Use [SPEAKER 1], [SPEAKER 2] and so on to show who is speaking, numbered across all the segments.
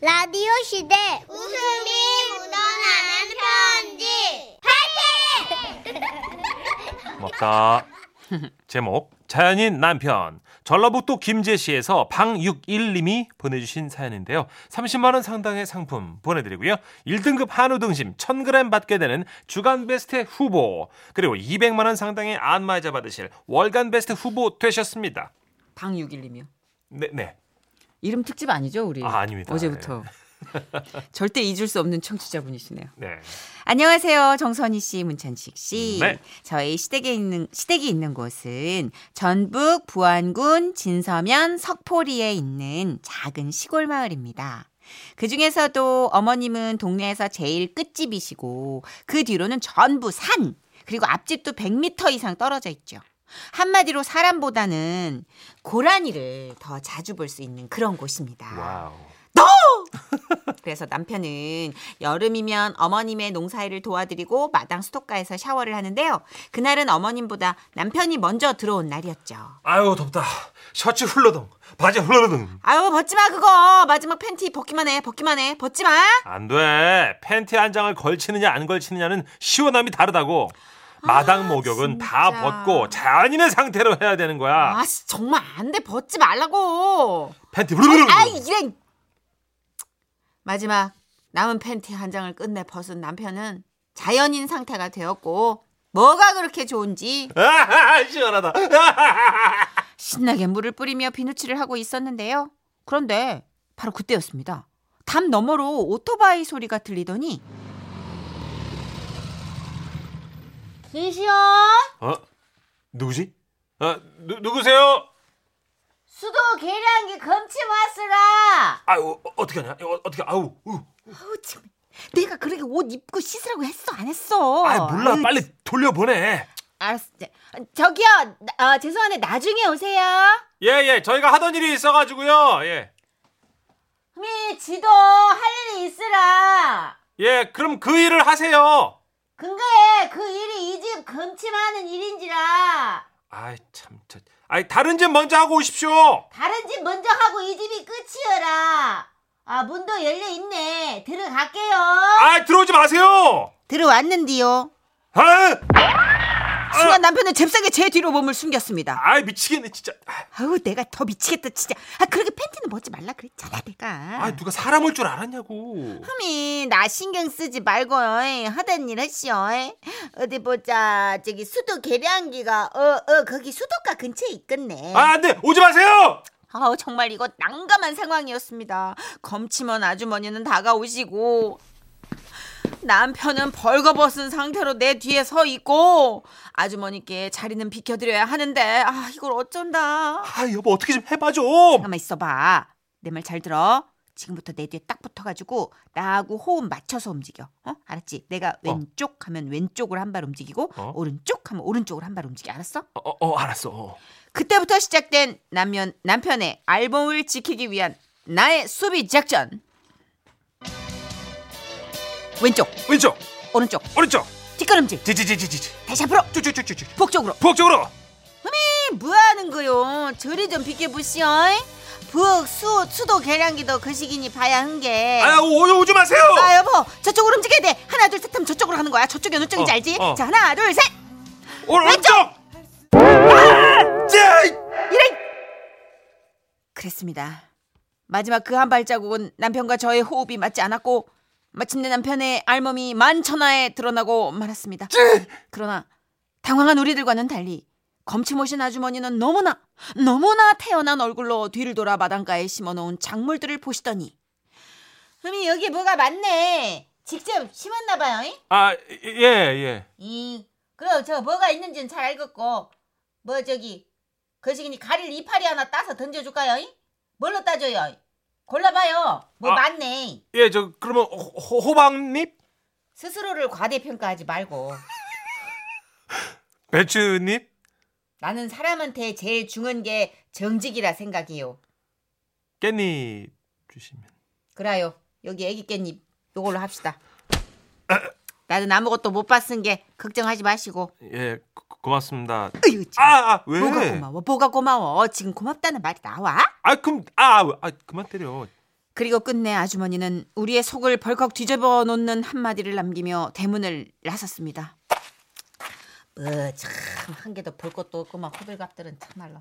[SPEAKER 1] 라디오 시대 웃음이 묻어나는 편지
[SPEAKER 2] 고맙다. 제목 자연인 남편 전라북도 김제시에서 방육일님이 보내주신 사연인데요. 30만 원 상당의 상품 보내드리고요. 1등급 한우 등심 1,000g 받게 되는 주간 베스트 후보 그리고 200만 원 상당의 안마의자 받으실 월간 베스트 후보 되셨습니다.
[SPEAKER 3] 방육일님이요.
[SPEAKER 2] 네, 네.
[SPEAKER 3] 이름 특집 아니죠 우리?
[SPEAKER 2] 아, 아닙니다. 예.
[SPEAKER 3] 어제부터 절대 잊을 수 없는 청취자분이시네요.
[SPEAKER 2] 네.
[SPEAKER 3] 안녕하세요. 정선희 씨, 문찬식 씨.
[SPEAKER 2] 네.
[SPEAKER 3] 저희 시댁에 있는 시댁이 있는 곳은 전북 부안군 진서면 석포리에 있는 작은 시골 마을입니다. 그 중에서도 어머님은 동네에서 제일 끝집이시고 그 뒤로는 전부 산 그리고 앞집도 100m 이상 떨어져 있죠. 한마디로 사람보다는 고라니를 더 자주 볼 수 있는 그런 곳입니다.
[SPEAKER 2] 와우.
[SPEAKER 3] 그래서 남편은 여름이면 어머님의 농사일을 도와드리고 마당 수도가에서 샤워를 하는데요. 그날은 어머님보다 남편이 먼저 들어온 날이었죠.
[SPEAKER 2] 아유 덥다. 셔츠 훌러덩, 바지 훌러덩.
[SPEAKER 3] 아유 벗지 마 그거 마지막 팬티 벗기만 해 벗기만 해 벗지 마.
[SPEAKER 2] 안 돼. 팬티 한 장을 걸치느냐 안 걸치느냐는 시원함이 다르다고. 마당 목욕은 다
[SPEAKER 3] 아, 진짜.
[SPEAKER 2] 벗고 자연인의 상태로 해야 되는 거야.
[SPEAKER 3] 아 씨, 정말 안 돼 벗지 말라고.
[SPEAKER 2] 팬티 부르르.
[SPEAKER 3] 아이 이래. 마지막 남은 팬티 한 장을 끝내 벗은 남편은 자연인 상태가 되었고 뭐가 그렇게 좋은지
[SPEAKER 2] 아하하, 시원하다.
[SPEAKER 3] 신나게 물을 뿌리며 비누칠을 하고 있었는데요. 그런데 바로 그때였습니다. 담 너머로 오토바이 소리가 들리더니
[SPEAKER 1] 김시원
[SPEAKER 2] 어? 누구지? 어, 누, 누구세요?
[SPEAKER 1] 수도 계량기 검침 왔으라
[SPEAKER 2] 아유, 어, 떻게 하냐? 어, 어떻게 아우. 우.
[SPEAKER 3] 어우, 참. 내가 그렇게 옷 입고 씻으라고 했어 안 했어?
[SPEAKER 2] 아이, 몰라.
[SPEAKER 3] 아유,
[SPEAKER 2] 빨리 돌려보내.
[SPEAKER 3] 알았어. 이제. 저기요. 나- 어, 죄송한데 나중에 오세요.
[SPEAKER 2] 예, 예. 저희가 하던 일이 있어 가지고요. 예.
[SPEAKER 3] 미 지도 할 일이 있으라.
[SPEAKER 2] 예, 그럼 그 일을 하세요.
[SPEAKER 3] 근데 그 일이 이 집 검침하는 일인지라
[SPEAKER 2] 아이, 참 저. 아이, 다른 집 먼저 하고 오십시오.
[SPEAKER 3] 다른 집 먼저 하고 이 집이 끝이여라. 아 문도 열려 있네. 들어갈게요.
[SPEAKER 2] 아 들어오지 마세요.
[SPEAKER 3] 들어왔는데요.
[SPEAKER 2] 아,
[SPEAKER 3] 순간 남편은 잽싸게 제 뒤로 몸을 숨겼습니다.
[SPEAKER 2] 아 미치겠네 진짜. 아,
[SPEAKER 3] 아우 내가 더 미치겠다 진짜. 아 그렇게 팬티는 벗지 말라 그랬잖아 내가.
[SPEAKER 2] 아 누가 사람 올 줄 알았냐고.
[SPEAKER 3] 흠이 나 신경 쓰지 말고요. 하던 일 하시오. 어디 보자. 저기 수도 계량기가 어어 거기 수도가 근처에 있겠네.
[SPEAKER 2] 아 안돼 오지 마세요.
[SPEAKER 3] 아우 정말 이거 난감한 상황이었습니다. 검침원 아주머니는 다가오시고 남편은 벌거벗은 상태로 내 뒤에 서 있고 아주머니께 자리는 비켜드려야 하는데 아 이걸 어쩐다.
[SPEAKER 2] 아 여보 어떻게 좀 해봐 좀.
[SPEAKER 3] 잠깐만 있어봐. 내 말 잘 들어. 지금부터 내 뒤에 딱 붙어가지고 나하고 호흡 맞춰서 움직여. 어? 알았지? 내가 왼쪽 하면 왼쪽으로 한 발 움직이고
[SPEAKER 2] 어?
[SPEAKER 3] 오른쪽 하면 오른쪽으로 한 발 움직여. 알았어?
[SPEAKER 2] 어, 어 알았어. 어.
[SPEAKER 3] 그때부터 시작된 남편 남편의 알몸을 지키기 위한 나의 수비 작전. 왼쪽,
[SPEAKER 2] 왼쪽
[SPEAKER 3] 오른쪽,
[SPEAKER 2] 오른쪽
[SPEAKER 3] 뒷걸음질.
[SPEAKER 2] 지지지지지지
[SPEAKER 3] 다시 앞으로,
[SPEAKER 2] 쭉쭉쭉쭉쭉
[SPEAKER 3] 북쪽으로.
[SPEAKER 2] 부엌 쪽으로.
[SPEAKER 3] 이, 뭐 하는 거요? 저리 좀 비켜보시오. 부엌 수 수도 계량기도 그 시기니 봐야 한 게.
[SPEAKER 2] 아 오, 오지 마세요.
[SPEAKER 3] 네. 아 여보 저쪽으로 움직여야 돼 하나 둘 셋 하면 저쪽으로 하는 거야 저쪽이 어느 쪽인지
[SPEAKER 2] 어,
[SPEAKER 3] 알지?
[SPEAKER 2] 어.
[SPEAKER 3] 자 하나 둘 셋
[SPEAKER 2] 오, 른쪽
[SPEAKER 3] 이래 그랬습니다 마지막 그 한 발자국은 남편과 저의 호흡이 맞지 않았고 마침내 남편의 알몸이 만천하에 드러나고 말았습니다 그러나 당황한 우리들과는 달리 검침 오신 아주머니는 너무나 너무나 태연한 얼굴로 뒤를 돌아 마당가에 심어놓은 작물들을 보시더니 흠이 여기 뭐가 많네 직접 심었나 봐요
[SPEAKER 2] 아예 예.
[SPEAKER 3] 이 그럼 저 뭐가 있는지는 잘 알겠고 뭐 저기 그 거시기니 가릴 이파리 하나 따서 던져줄까요? 이? 뭘로 따줘요? 골라봐요. 뭐
[SPEAKER 2] 아.
[SPEAKER 3] 많네.
[SPEAKER 2] 예, 저 그러면 호, 호- 호박잎,
[SPEAKER 3] 스스로를 과대평가하지 말고
[SPEAKER 2] 배추잎,
[SPEAKER 3] 나는 사람한테 제일 중요한 게 정직이라 생각이요.
[SPEAKER 2] 깻잎 주시면.
[SPEAKER 3] 그래요. 여기 애기 깻잎 요걸로 합시다. 나는 아무것도 못 봤은 게 걱정하지 마시고.
[SPEAKER 2] 예, 고, 고맙습니다.
[SPEAKER 3] 으유, 지금
[SPEAKER 2] 아, 아 왜?
[SPEAKER 3] 뭐가 고마워? 뭐가 고마워? 지금 고맙다는 말이 나와?
[SPEAKER 2] 아 그럼 아, 아 그만 때려.
[SPEAKER 3] 그리고 끝내 아주머니는 우리의 속을 벌컥 뒤집어 놓는 한마디를 남기며 대문을 나섰습니다. 참한 개도 볼 것도 없고 막 호들갑들은 참말로.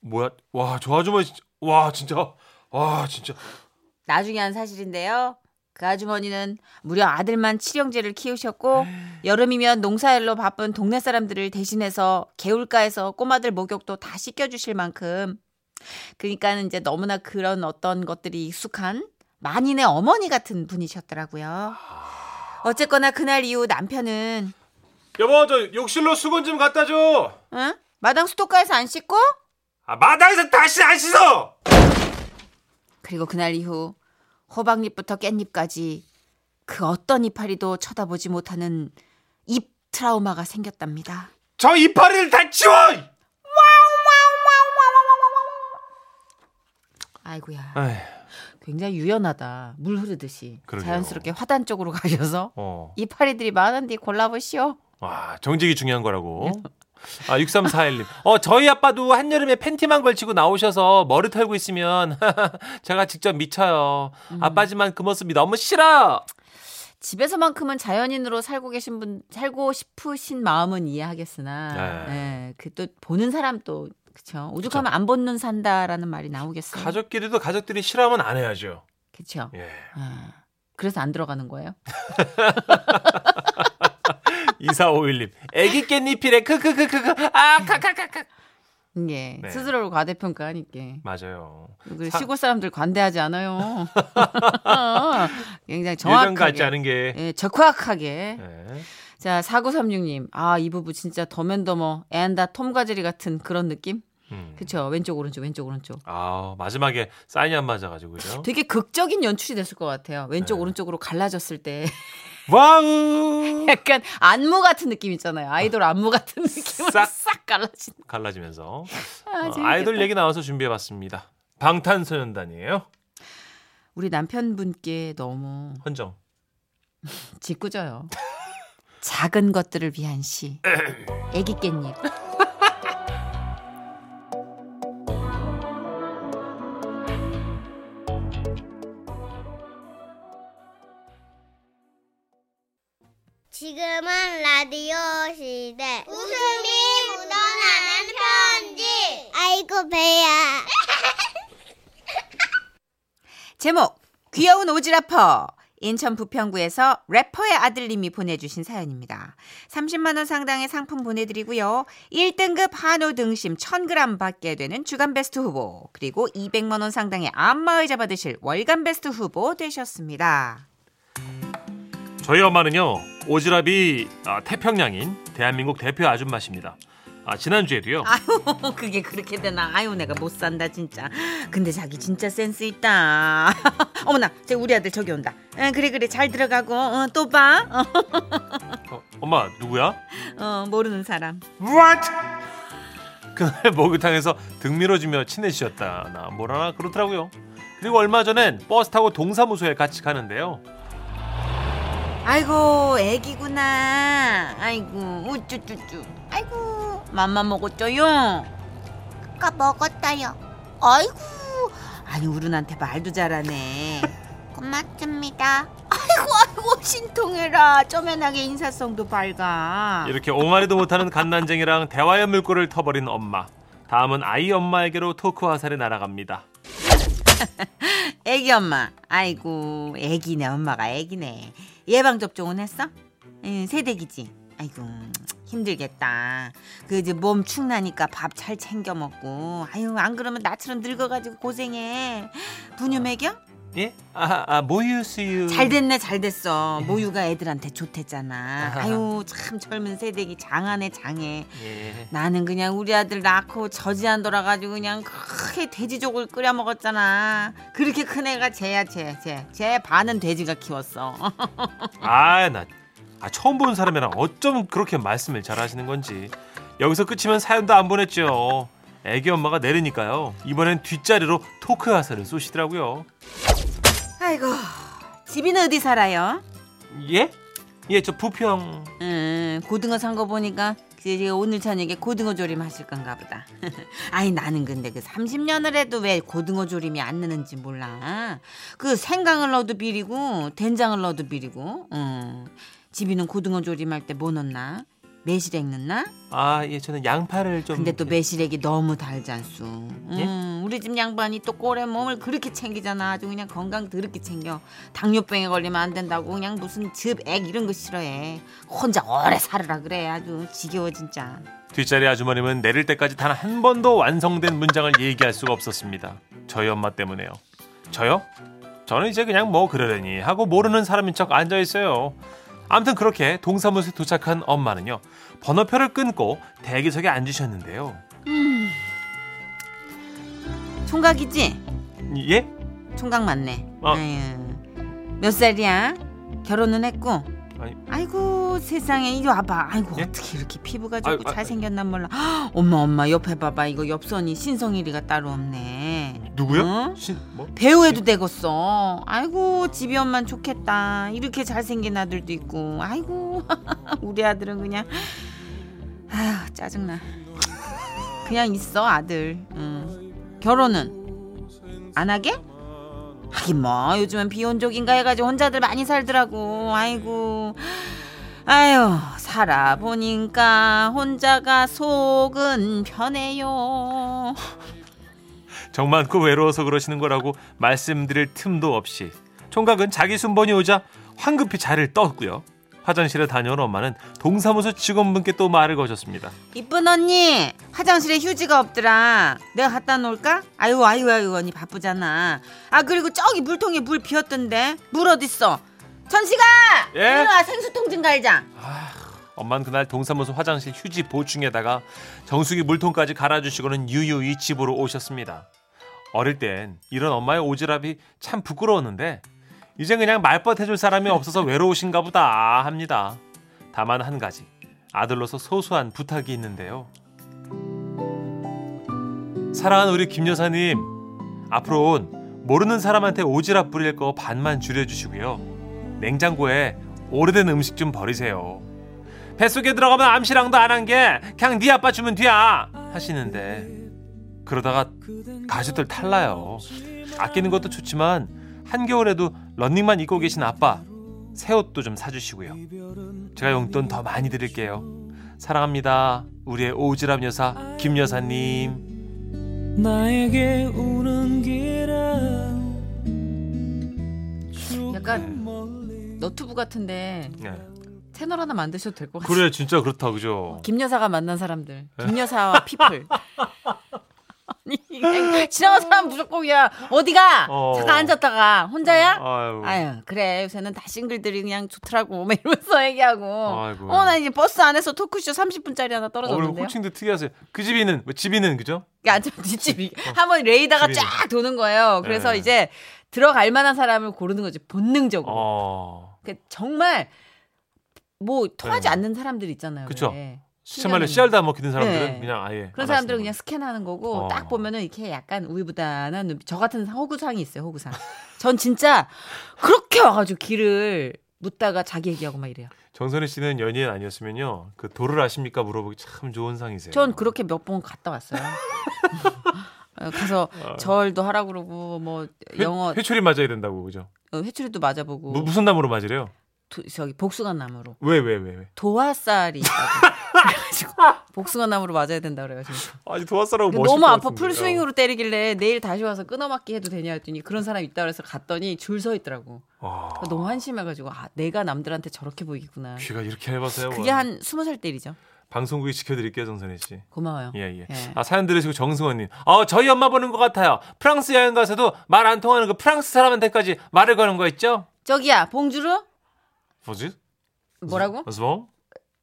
[SPEAKER 2] 뭐야? 와, 저 아주머니 진짜, 와, 진짜. 와, 진짜.
[SPEAKER 3] 나중에 한 사실인데요. 그 아주머니는 무려 아들만 7형제를 키우셨고 여름이면 농사일로 바쁜 동네 사람들을 대신해서 개울가에서 꼬마들 목욕도 다 씻겨주실 만큼 그러니까는 이제 너무나 그런 어떤 것들이 익숙한 만인의 어머니 같은 분이셨더라고요. 어쨌거나 그날 이후 남편은
[SPEAKER 2] 여보, 저 욕실로 수건 좀 갖다 줘.
[SPEAKER 3] 응? 마당 수도가에서 안 씻고
[SPEAKER 2] 아, 마당에서 다시 안 씻어.
[SPEAKER 3] 그리고 그날 이후 호박잎부터 깻잎까지 그 어떤 이파리도 쳐다보지 못하는 입 트라우마가 생겼답니다.
[SPEAKER 2] 저 이파리를 다 치워.
[SPEAKER 3] 아이고야.
[SPEAKER 2] 에이,
[SPEAKER 3] 굉장히 유연하다. 물 흐르듯이
[SPEAKER 2] 그러게요.
[SPEAKER 3] 자연스럽게 화단 쪽으로 가셔서
[SPEAKER 2] 어.
[SPEAKER 3] 이파리들이 많은데 골라보시오.
[SPEAKER 2] 와, 정직이 중요한 거라고. 아, 6341님. 어, 저희 아빠도 한여름에 팬티만 걸치고 나오셔서 머리 털고 있으면 제가 직접 미쳐요. 아빠지만 그 모습이 너무 싫어.
[SPEAKER 3] 집에서만큼은 자연인으로 살고 계신 분 살고 싶으신 마음은
[SPEAKER 2] 네.
[SPEAKER 3] 이해하겠으나 예, 그 또 보는 사람 또 그쵸 오죽하면 안 보는 산다라는 말이 나오겠어요.
[SPEAKER 2] 가족끼리도 가족들이 싫어하면 안 해야죠.
[SPEAKER 3] 그쵸.
[SPEAKER 2] 예.
[SPEAKER 3] 아, 그래서 안 들어가는 거예요?
[SPEAKER 2] 2451님. 애기 깻잎이래. 크크크크크. 아, 카카카카.
[SPEAKER 3] 예.
[SPEAKER 2] 네.
[SPEAKER 3] 스스로를 과대평가하니까.
[SPEAKER 2] 맞아요.
[SPEAKER 3] 그
[SPEAKER 2] 사-
[SPEAKER 3] 시골 사람들 관대하지 않아요. 굉장히
[SPEAKER 2] 예전 같지
[SPEAKER 3] 정확하게.
[SPEAKER 2] 않은 게.
[SPEAKER 3] 예, 적확하게.
[SPEAKER 2] 예.
[SPEAKER 3] 자, 4936님. 아, 이 부부 진짜 더맨더머 애한다 톰과제리 같은 그런 느낌?
[SPEAKER 2] 음.
[SPEAKER 3] 그쵸. 왼쪽, 오른쪽, 왼쪽, 오른쪽.
[SPEAKER 2] 아, 마지막에 사인이 안 맞아가지고. 그죠?
[SPEAKER 3] 되게 극적인 연출이 됐을 것 같아요. 왼쪽,
[SPEAKER 2] 네.
[SPEAKER 3] 오른쪽으로 갈라졌을 때.
[SPEAKER 2] 와우!
[SPEAKER 3] 약간 안무 같은 느낌 있잖아요. 아이돌 안무 같은 느낌으로
[SPEAKER 2] 싹.
[SPEAKER 3] 싹, 갈라진.
[SPEAKER 2] 갈라지면서.
[SPEAKER 3] 아,
[SPEAKER 2] 어, 아이돌
[SPEAKER 3] 재밌겠다.
[SPEAKER 2] 얘기 나와서 준비해봤습니다. 방탄소년단이에요.
[SPEAKER 3] 우리 남편분께 너무
[SPEAKER 2] 헌정.
[SPEAKER 3] 짓궂어요. 작은 것들을 위한 시. 애기 깻잎.
[SPEAKER 4] 지금은 라디오 시대. 웃음이 묻어나는 편지. 아이고, 배야.
[SPEAKER 3] 제목 귀여운 오지라퍼 인천 부평구에서 래퍼의 아들님이 보내주신 사연입니다. 30만 원 상당의 상품 보내드리고요. 1등급 한우 등심 1000g 받게 되는 주간베스트 후보 그리고 200만 원 상당의 안마의자 받으실 월간베스트 후보 되셨습니다.
[SPEAKER 2] 저희 엄마는요 오지랖이 아, 태평양인 대한민국 대표 아줌마십니다. 아, 지난주에도요.
[SPEAKER 3] 아유 그게 그렇게 되나 아유 내가 못 산다 진짜 근데 자기 진짜 센스 있다 어머나 제 우리 아들 저기 온다 응, 그래 그래 잘 들어가고 어, 또봐 어,
[SPEAKER 2] 어, 엄마 누구야?
[SPEAKER 3] 어, 모르는 사람
[SPEAKER 2] What? 그날 목욕탕에서 등 밀어주며 친해지셨다. 나 뭐라나 그렇더라고요. 그리고 얼마 전엔 버스 타고 동사무소에 같이 가는데요.
[SPEAKER 3] 아이고 애기구나 아이고 우쭈쭈쭈 아이고 맘만 먹었죠요
[SPEAKER 4] 아까 먹었어요.
[SPEAKER 3] 아이고 아니 우른한테 말도 잘하네
[SPEAKER 4] 고맙습니다.
[SPEAKER 3] 아이고 아이고 신통해라 쪼매나게 인사성도 밝아
[SPEAKER 2] 이렇게 옹알이도 못하는 갓난쟁이랑 대화의 물꼬를 터버린 엄마. 다음은 아이 엄마에게로 토크 화살이 날아갑니다.
[SPEAKER 3] 애기 엄마 아이고 애기네 엄마가 애기네 예방접종은 했어? 응 세대기지 아이고 힘들겠다 그 이제 몸 축나니까 밥 잘 챙겨 먹고 아유 안 그러면 나처럼 늙어가지고 고생해 분유 먹여?
[SPEAKER 2] 예? 아, 아 모유 수유.
[SPEAKER 3] 잘 됐네 잘 됐어 모유가 애들한테 좋댔잖아 아유 참 젊은 세대기 장하네 장해
[SPEAKER 2] 예.
[SPEAKER 3] 나는 그냥 우리 아들 낳고 저지안 돌아가지고 그냥 크게 돼지족을 끓여 먹었잖아 그렇게 큰 애가 쟤야 쟤쟤쟤 반은 돼지가 키웠어
[SPEAKER 2] 아, 나 아, 처음 본 사람이랑 어쩜 그렇게 말씀을 잘하시는 건지. 여기서 끝이면 사연도 안 보냈죠. 애기 엄마가 내리니까요. 이번엔 뒷자리로 토크 화살을 쏘시더라고요.
[SPEAKER 3] 아이고 집이는 어디 살아요?
[SPEAKER 2] 예? 예, 저 부평.
[SPEAKER 3] 음 고등어 산 거 보니까 이제 오늘 저녁에 고등어 조림 하실 건가 보다. 아니 나는 근데 그 30년을 해도 왜 고등어 조림이 안 느는지 몰라. 그 생강을 넣어도 비리고 된장을 넣어도 비리고. 음. 집이는 고등어 조림할 때 뭐 넣나? 매실액 넣나?
[SPEAKER 2] 아, 예, 저는 양파를 좀.
[SPEAKER 3] 근데 또
[SPEAKER 2] 이렇게-
[SPEAKER 3] 매실액이 너무 달잖수.
[SPEAKER 2] 예?
[SPEAKER 3] 음, 우리 집 양반이 또 꼴에 몸을 그렇게 챙기잖아. 아주 그냥 건강 더럽게 챙겨. 당뇨병에 걸리면 안 된다고 그냥 무슨 즙액 이런 거 싫어해. 혼자 오래 살으라 그래. 아주 지겨워 진짜.
[SPEAKER 2] 뒷자리 아주머님은 내릴 때까지 단 한 번도 완성된 문장을 얘기할 수가 없었습니다. 저희 엄마 때문에요. 저요? 저는 이제 그냥 뭐 그러려니 하고 모르는 사람인 척 앉아 있어요. 아무튼 그렇게 동사무소에 도착한 엄마는요. 번호표를 끊고 대기석에 앉으셨는데요.
[SPEAKER 3] 총각이지?
[SPEAKER 2] 예?
[SPEAKER 3] 총각 맞네.
[SPEAKER 2] 어.
[SPEAKER 3] 아유, 몇 살이야? 결혼은 했고?
[SPEAKER 2] 아니.
[SPEAKER 3] 아이고 세상에 이거 와봐 아이고
[SPEAKER 2] 예?
[SPEAKER 3] 어떻게 이렇게 피부가
[SPEAKER 2] 아유,
[SPEAKER 3] 좋고
[SPEAKER 2] 아유.
[SPEAKER 3] 잘생겼나 몰라 헉, 엄마 엄마 옆에 봐봐 이거 옆선이 신성일이가 따로 없네
[SPEAKER 2] 누구요?
[SPEAKER 3] 응?
[SPEAKER 2] 신 뭐?
[SPEAKER 3] 배우해도 되겠어. 아이고 집이 엄만 좋겠다. 이렇게 잘생긴 아들도 있고. 아이고 우리 아들은 그냥 아 짜증나. 그냥 있어 아들. 응. 결혼은 안 하게? 하긴 뭐 요즘은 비혼족인가 해가지고 혼자들 많이 살더라고. 아이고. 아유 살아보니까 혼자가 속은 편해요.
[SPEAKER 2] 정 많고 외로워서 그러시는 거라고 말씀드릴 틈도 없이 총각은 자기 순번이 오자 황급히 자리를 떴고요. 화장실에 다녀온 엄마는 동사무소 직원분께 또 말을 거셨습니다.
[SPEAKER 3] 이쁜 언니 화장실에 휴지가 없더라 내가 갖다 놓을까? 아유 아유 아유 언니 바쁘잖아 아 그리고 저기 물통에 물 비었던데 물 어딨어 천식아
[SPEAKER 2] 예?
[SPEAKER 3] 일로 와 생수통 좀 갈자
[SPEAKER 2] 엄마는 그날 동사무소 화장실 휴지 보충에다가 정수기 물통까지 갈아주시고는 유유히 집으로 오셨습니다. 어릴 땐 이런 엄마의 오지랖이 참 부끄러웠는데 이제 그냥 말벗 해줄 사람이 없어서 외로우신가 보다 합니다. 다만 한 가지 아들로서 소소한 부탁이 있는데요. 사랑하는 우리 김 여사님 앞으로 는 모르는 사람한테 오지랖 부릴 거 반만 줄여주시고요. 냉장고에 오래된 음식 좀 버리세요. 뱃속에 들어가면 암시랑도 안 한 게 그냥 네 아빠 주면 돼야 하시는데 그러다가 가수들 탈나요 아끼는 것도 좋지만 한겨울에도 런닝만 입고 계신 아빠 새 옷도 좀 사주시고요 제가 용돈 더 많이 드릴게요 사랑합니다 우리의 오지랖 여사 김 여사님
[SPEAKER 5] 나에게 우는 길은
[SPEAKER 3] 약간 너튜브 같은데
[SPEAKER 2] 네.
[SPEAKER 3] 채널 하나 만드셔도 될 것 같아
[SPEAKER 2] 그래 진짜 그렇다 그죠
[SPEAKER 3] 김여사가 만난 사람들 김여사와 피플 아니 그냥 지나간 사람 무조건 그냥 어디가
[SPEAKER 2] 어.
[SPEAKER 3] 잠깐 앉았다가 혼자야?
[SPEAKER 2] 아유
[SPEAKER 3] 아유 그래 요새는 다 싱글들이 그냥 좋더라고 막 이러면서 얘기하고
[SPEAKER 2] 아이고.
[SPEAKER 3] 어 나 이제 버스 안에서 토크쇼 30분짜리 하나
[SPEAKER 2] 어, 그리고
[SPEAKER 3] 떨어졌는데요
[SPEAKER 2] 호칭도 특이하세요 그 집이는 뭐 집이는 그죠
[SPEAKER 3] 아저 뒷집이 한번 레이다가
[SPEAKER 2] 집이-
[SPEAKER 3] 쫙 도는 거예요 그래서
[SPEAKER 2] 네.
[SPEAKER 3] 이제 들어갈 만한 사람을 고르는 거지 본능적으로
[SPEAKER 2] 어
[SPEAKER 3] 그 정말 뭐 통하지
[SPEAKER 2] 네.
[SPEAKER 3] 않는 사람들 있잖아요
[SPEAKER 2] 그쵸.
[SPEAKER 3] 왜.
[SPEAKER 2] 정말로
[SPEAKER 3] 신경이-
[SPEAKER 2] 씨알도 안 먹히는 뭐, 사람들은
[SPEAKER 3] 네.
[SPEAKER 2] 그냥 아예
[SPEAKER 3] 그런
[SPEAKER 2] 안 하시는
[SPEAKER 3] 사람들은 그냥 스캔하는 거고
[SPEAKER 2] 어.
[SPEAKER 3] 딱 보면은 이렇게 약간 우유부단한 눈빛. 저 같은 호구상이 있어요 호구상 전 진짜 그렇게 와가지고 길을 묻다가 자기 얘기하고 막 이래요
[SPEAKER 2] 정선희 씨는 연예인 아니었으면요 그 도를 아십니까 물어보기 참 좋은 상이세요.
[SPEAKER 3] 네. 전 그렇게 몇 번 갔다 왔어요. 어, 가서
[SPEAKER 2] 어.
[SPEAKER 3] 절도 하라 그러고 뭐
[SPEAKER 2] 회,
[SPEAKER 3] 영어
[SPEAKER 2] 회초리 맞아야 된다고 그죠?
[SPEAKER 3] 어, 회초리도 맞아보고
[SPEAKER 2] 무, 무슨 나무로 맞으래요?
[SPEAKER 3] 도- 저기 복숭아 나무로
[SPEAKER 2] 왜 왜 왜 왜, 왜?
[SPEAKER 3] 도화살이 있다고 그래가지고 복숭아 나무로 맞아야 된다 그래가지고
[SPEAKER 2] 아니 도화살하고 어, 멋있을
[SPEAKER 3] 너무
[SPEAKER 2] 것
[SPEAKER 3] 아파
[SPEAKER 2] 같은데.
[SPEAKER 3] 풀 스윙으로 때리길래 내일 다시 와서 끊어맞기 해도 되냐 했더니 그런 사람 있다 그래서 갔더니 줄 서 있더라고
[SPEAKER 2] 어.
[SPEAKER 3] 그러니까 너무 한심해가지고 아 내가 남들한테 저렇게 보이겠구나
[SPEAKER 2] 귀가 이렇게 해봤어요. 뭐.
[SPEAKER 3] 그게 한 스무 살 때리죠
[SPEAKER 2] 방송국이 지켜드릴게요 정선희 씨.
[SPEAKER 3] 고마워요
[SPEAKER 2] 예 예.
[SPEAKER 3] 예.
[SPEAKER 2] 아 사연 들으시고 정승원님. 어 저희 엄마 보는 것 같아요. 프랑스 여행 가서도 말 안 통하는 그 프랑스 사람한테까지 말을 거는 거 있죠?
[SPEAKER 3] 저기야 봉주르
[SPEAKER 2] 뭐지?
[SPEAKER 3] 뭐라고
[SPEAKER 2] 무슨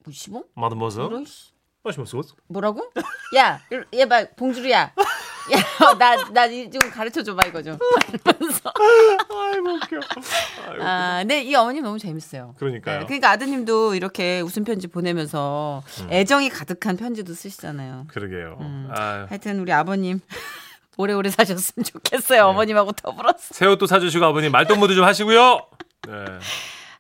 [SPEAKER 3] 무시봉
[SPEAKER 2] 마드모서?
[SPEAKER 3] 이런 씨.
[SPEAKER 2] 마시모스?
[SPEAKER 3] 뭐라고? 야, 얘봐 봉주루야. 야, 나나 좀 가르쳐 줘봐 이거 좀. 이러면서.
[SPEAKER 2] 아이고 웃겨. 아이고.
[SPEAKER 3] 아, 네, 이 어머님 너무 재밌어요.
[SPEAKER 2] 그러니까요.
[SPEAKER 3] 네, 그러니까 아드님도 이렇게 웃음 편지 보내면서
[SPEAKER 2] 음.
[SPEAKER 3] 애정이 가득한 편지도 쓰시잖아요.
[SPEAKER 2] 그러게요.
[SPEAKER 3] 음.
[SPEAKER 2] 아유.
[SPEAKER 3] 하여튼 우리 아버님 오래오래 사셨으면
[SPEAKER 2] 네.
[SPEAKER 3] 좋겠어요. 어머님하고 더불어서.
[SPEAKER 2] 새우도 사주시고 아버님 말동무도 좀 하시고요. 네.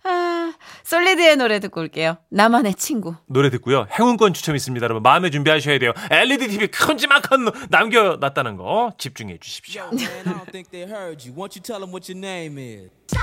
[SPEAKER 3] 아, 솔리드의 노래 듣고 올게요. 나만의 친구.
[SPEAKER 2] 노래 듣고요. 행운권 추첨 있습니다. 여러분 마음에 준비하셔야 돼요. LED TV 큰지만큼 남겨놨다는 거 집중해 주십시오.
[SPEAKER 5] Yo, man, I don't think they heard you. Won't you tell them what your name is?